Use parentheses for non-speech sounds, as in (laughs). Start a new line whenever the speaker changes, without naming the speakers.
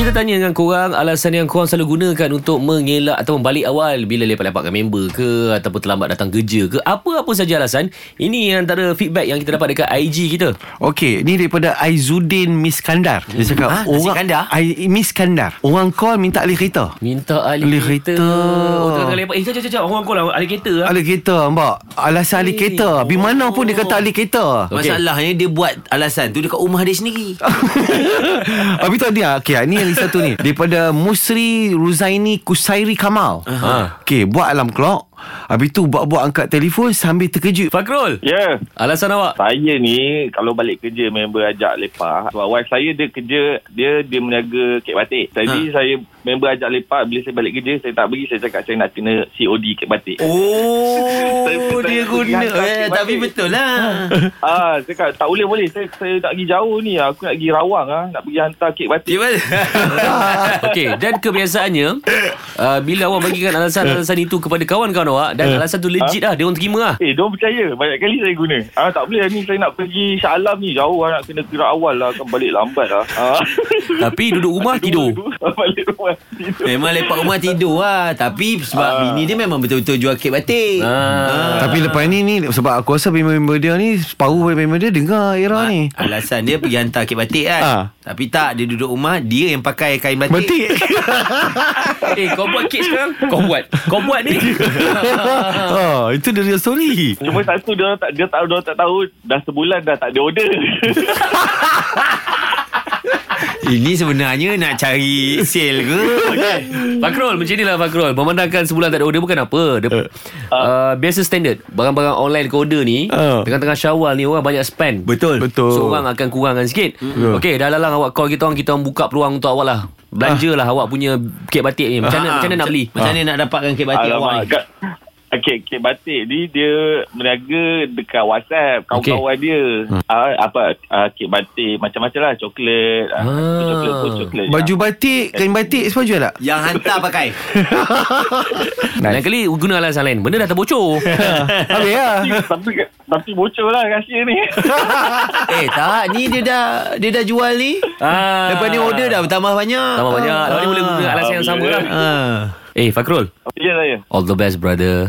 Kita tanya dengan korang alasan yang korang selalu gunakan untuk mengelak atau membalik awal bila lepak-lepak dengan member ke ataupun terlambat datang kerja ke apa-apa saja alasan ini antara feedback yang kita dapat dekat IG kita.
Okey, ni daripada Aizuddin Miskandar. Dia cakap
Ah, nasi
orang
kandar?
Ai, Miskandar. Orang call minta alih kereta.
Minta alih
Alih
kereta.
kereta.
Oh, tengah-tengah lepak. Eh, jap, jap, jap. Orang call lah. Alih kereta lah.
Alih kereta, mbak. Alasan alih kereta. Bi mana pun dia kata alih kereta. (laughs)
okay. Masalahnya dia buat alasan tu dekat rumah dia sendiri
Habis tu dia Okey ni yang satu ni Daripada Musri Ruzaini Kusairi Kamal uh-huh. Okey buat alarm clock Habis tu buat-buat angkat telefon Sambil terkejut
Fakrul.
Ya,
Alasan
(laughs)
awak?
saya ni kalau balik kerja member ajak lepak. Sebab wife saya dia kerja, dia dia meniaga kek batik. Jadi ha. saya member ajak lepak, bila saya balik kerja saya tak pergi, saya cakap saya nak kena COD kek batik.
(laughs) Oh
Saya-
dia
saya-
guna
saya- saya-
eh,
saya-
Tapi betul lah
Ah, saya cakap tak boleh boleh, saya saya nak pergi jauh ni, aku nak pergi Rawang ah, nak pergi hantar kek batik.
Gimana?
Okey, dan kebiasaannya uh, bila awak bagikan alasan-alasan itu kepada kawan-kawan awak dan alasan tu legit lah, dia orang terima lah.
Eh, diorang percaya. Banyak kali saya guna. Ah, tak boleh ni saya nak pergi Shah Alam ni jauh ah, nak kena gerak awal lah, akan balik lambat lah. Ah.
Tapi duduk rumah tidur.
(laughs) balik rumah tidur.
Memang lepak rumah tidur lah Tapi sebab
Ah.
bini dia memang betul-betul jual kek batik
Ah.
Tapi lepas ni ni Sebab aku rasa member dia ni Separuh daripada member dia Dengar era ni
Alasan dia pergi hantar kek batik kan
Ah.
Tapi tak Dia duduk rumah Dia yang pakai kain batik
(laughs) Betik
Eh, kau buat kek sekarang? Kau buat. Kau buat ni.
oh, Itu the real story
Cuma
(laughs)
satu dia orang tak dia tahu dia orang tak tahu dah sebulan dah tak ada
(laughs)
order.
(laughs) Ini sebenarnya nak cari sale ke
Kan? Fakrul macam inilah Fakrul Memandangkan sebulan tak ada order bukan apa Dia,
Eh.
uh, uh, Biasa standard Barang-barang online ke order ni uh.
Ah.
Tengah-tengah syawal ni Orang banyak spend
Betul
Betul Hmm.
So orang akan kurangkan sikit
Betul.
Okey dah lalang awak call kita orang Kita orang buka peluang untuk awak lah
Ah.
Belanja lah awak punya Kek batik ni Macam mana,
Ah,
macam mana nak beli
Macam mana nak dapatkan kek batik awak
Alamak,
ni
kat, Okey, kek batik ni dia meniaga dekat WhatsApp kawan-kawan okay. dia.
Hmm.
Ah, apa ah, kek batik macam-macam lah coklat, ah.
Ah.
coklat, coklat, coklat.
Baju batik Kain batik Semua jual
(laughs)
tak?
Yang hantar pakai
Lain kali guna alasan lain Benda dah
(laughs)
terbocor
Habis lah
Ah, tapi tapi bocor lah rahsia ni.
Eh tak Ni dia dah Dia dah jual ni
ah.
Lepas ni order dah bertambah banyak
Tambah banyak Lepas ni boleh guna alasan yang sama lah
ah.
Eh Fakrul
ya saya.
All the best brother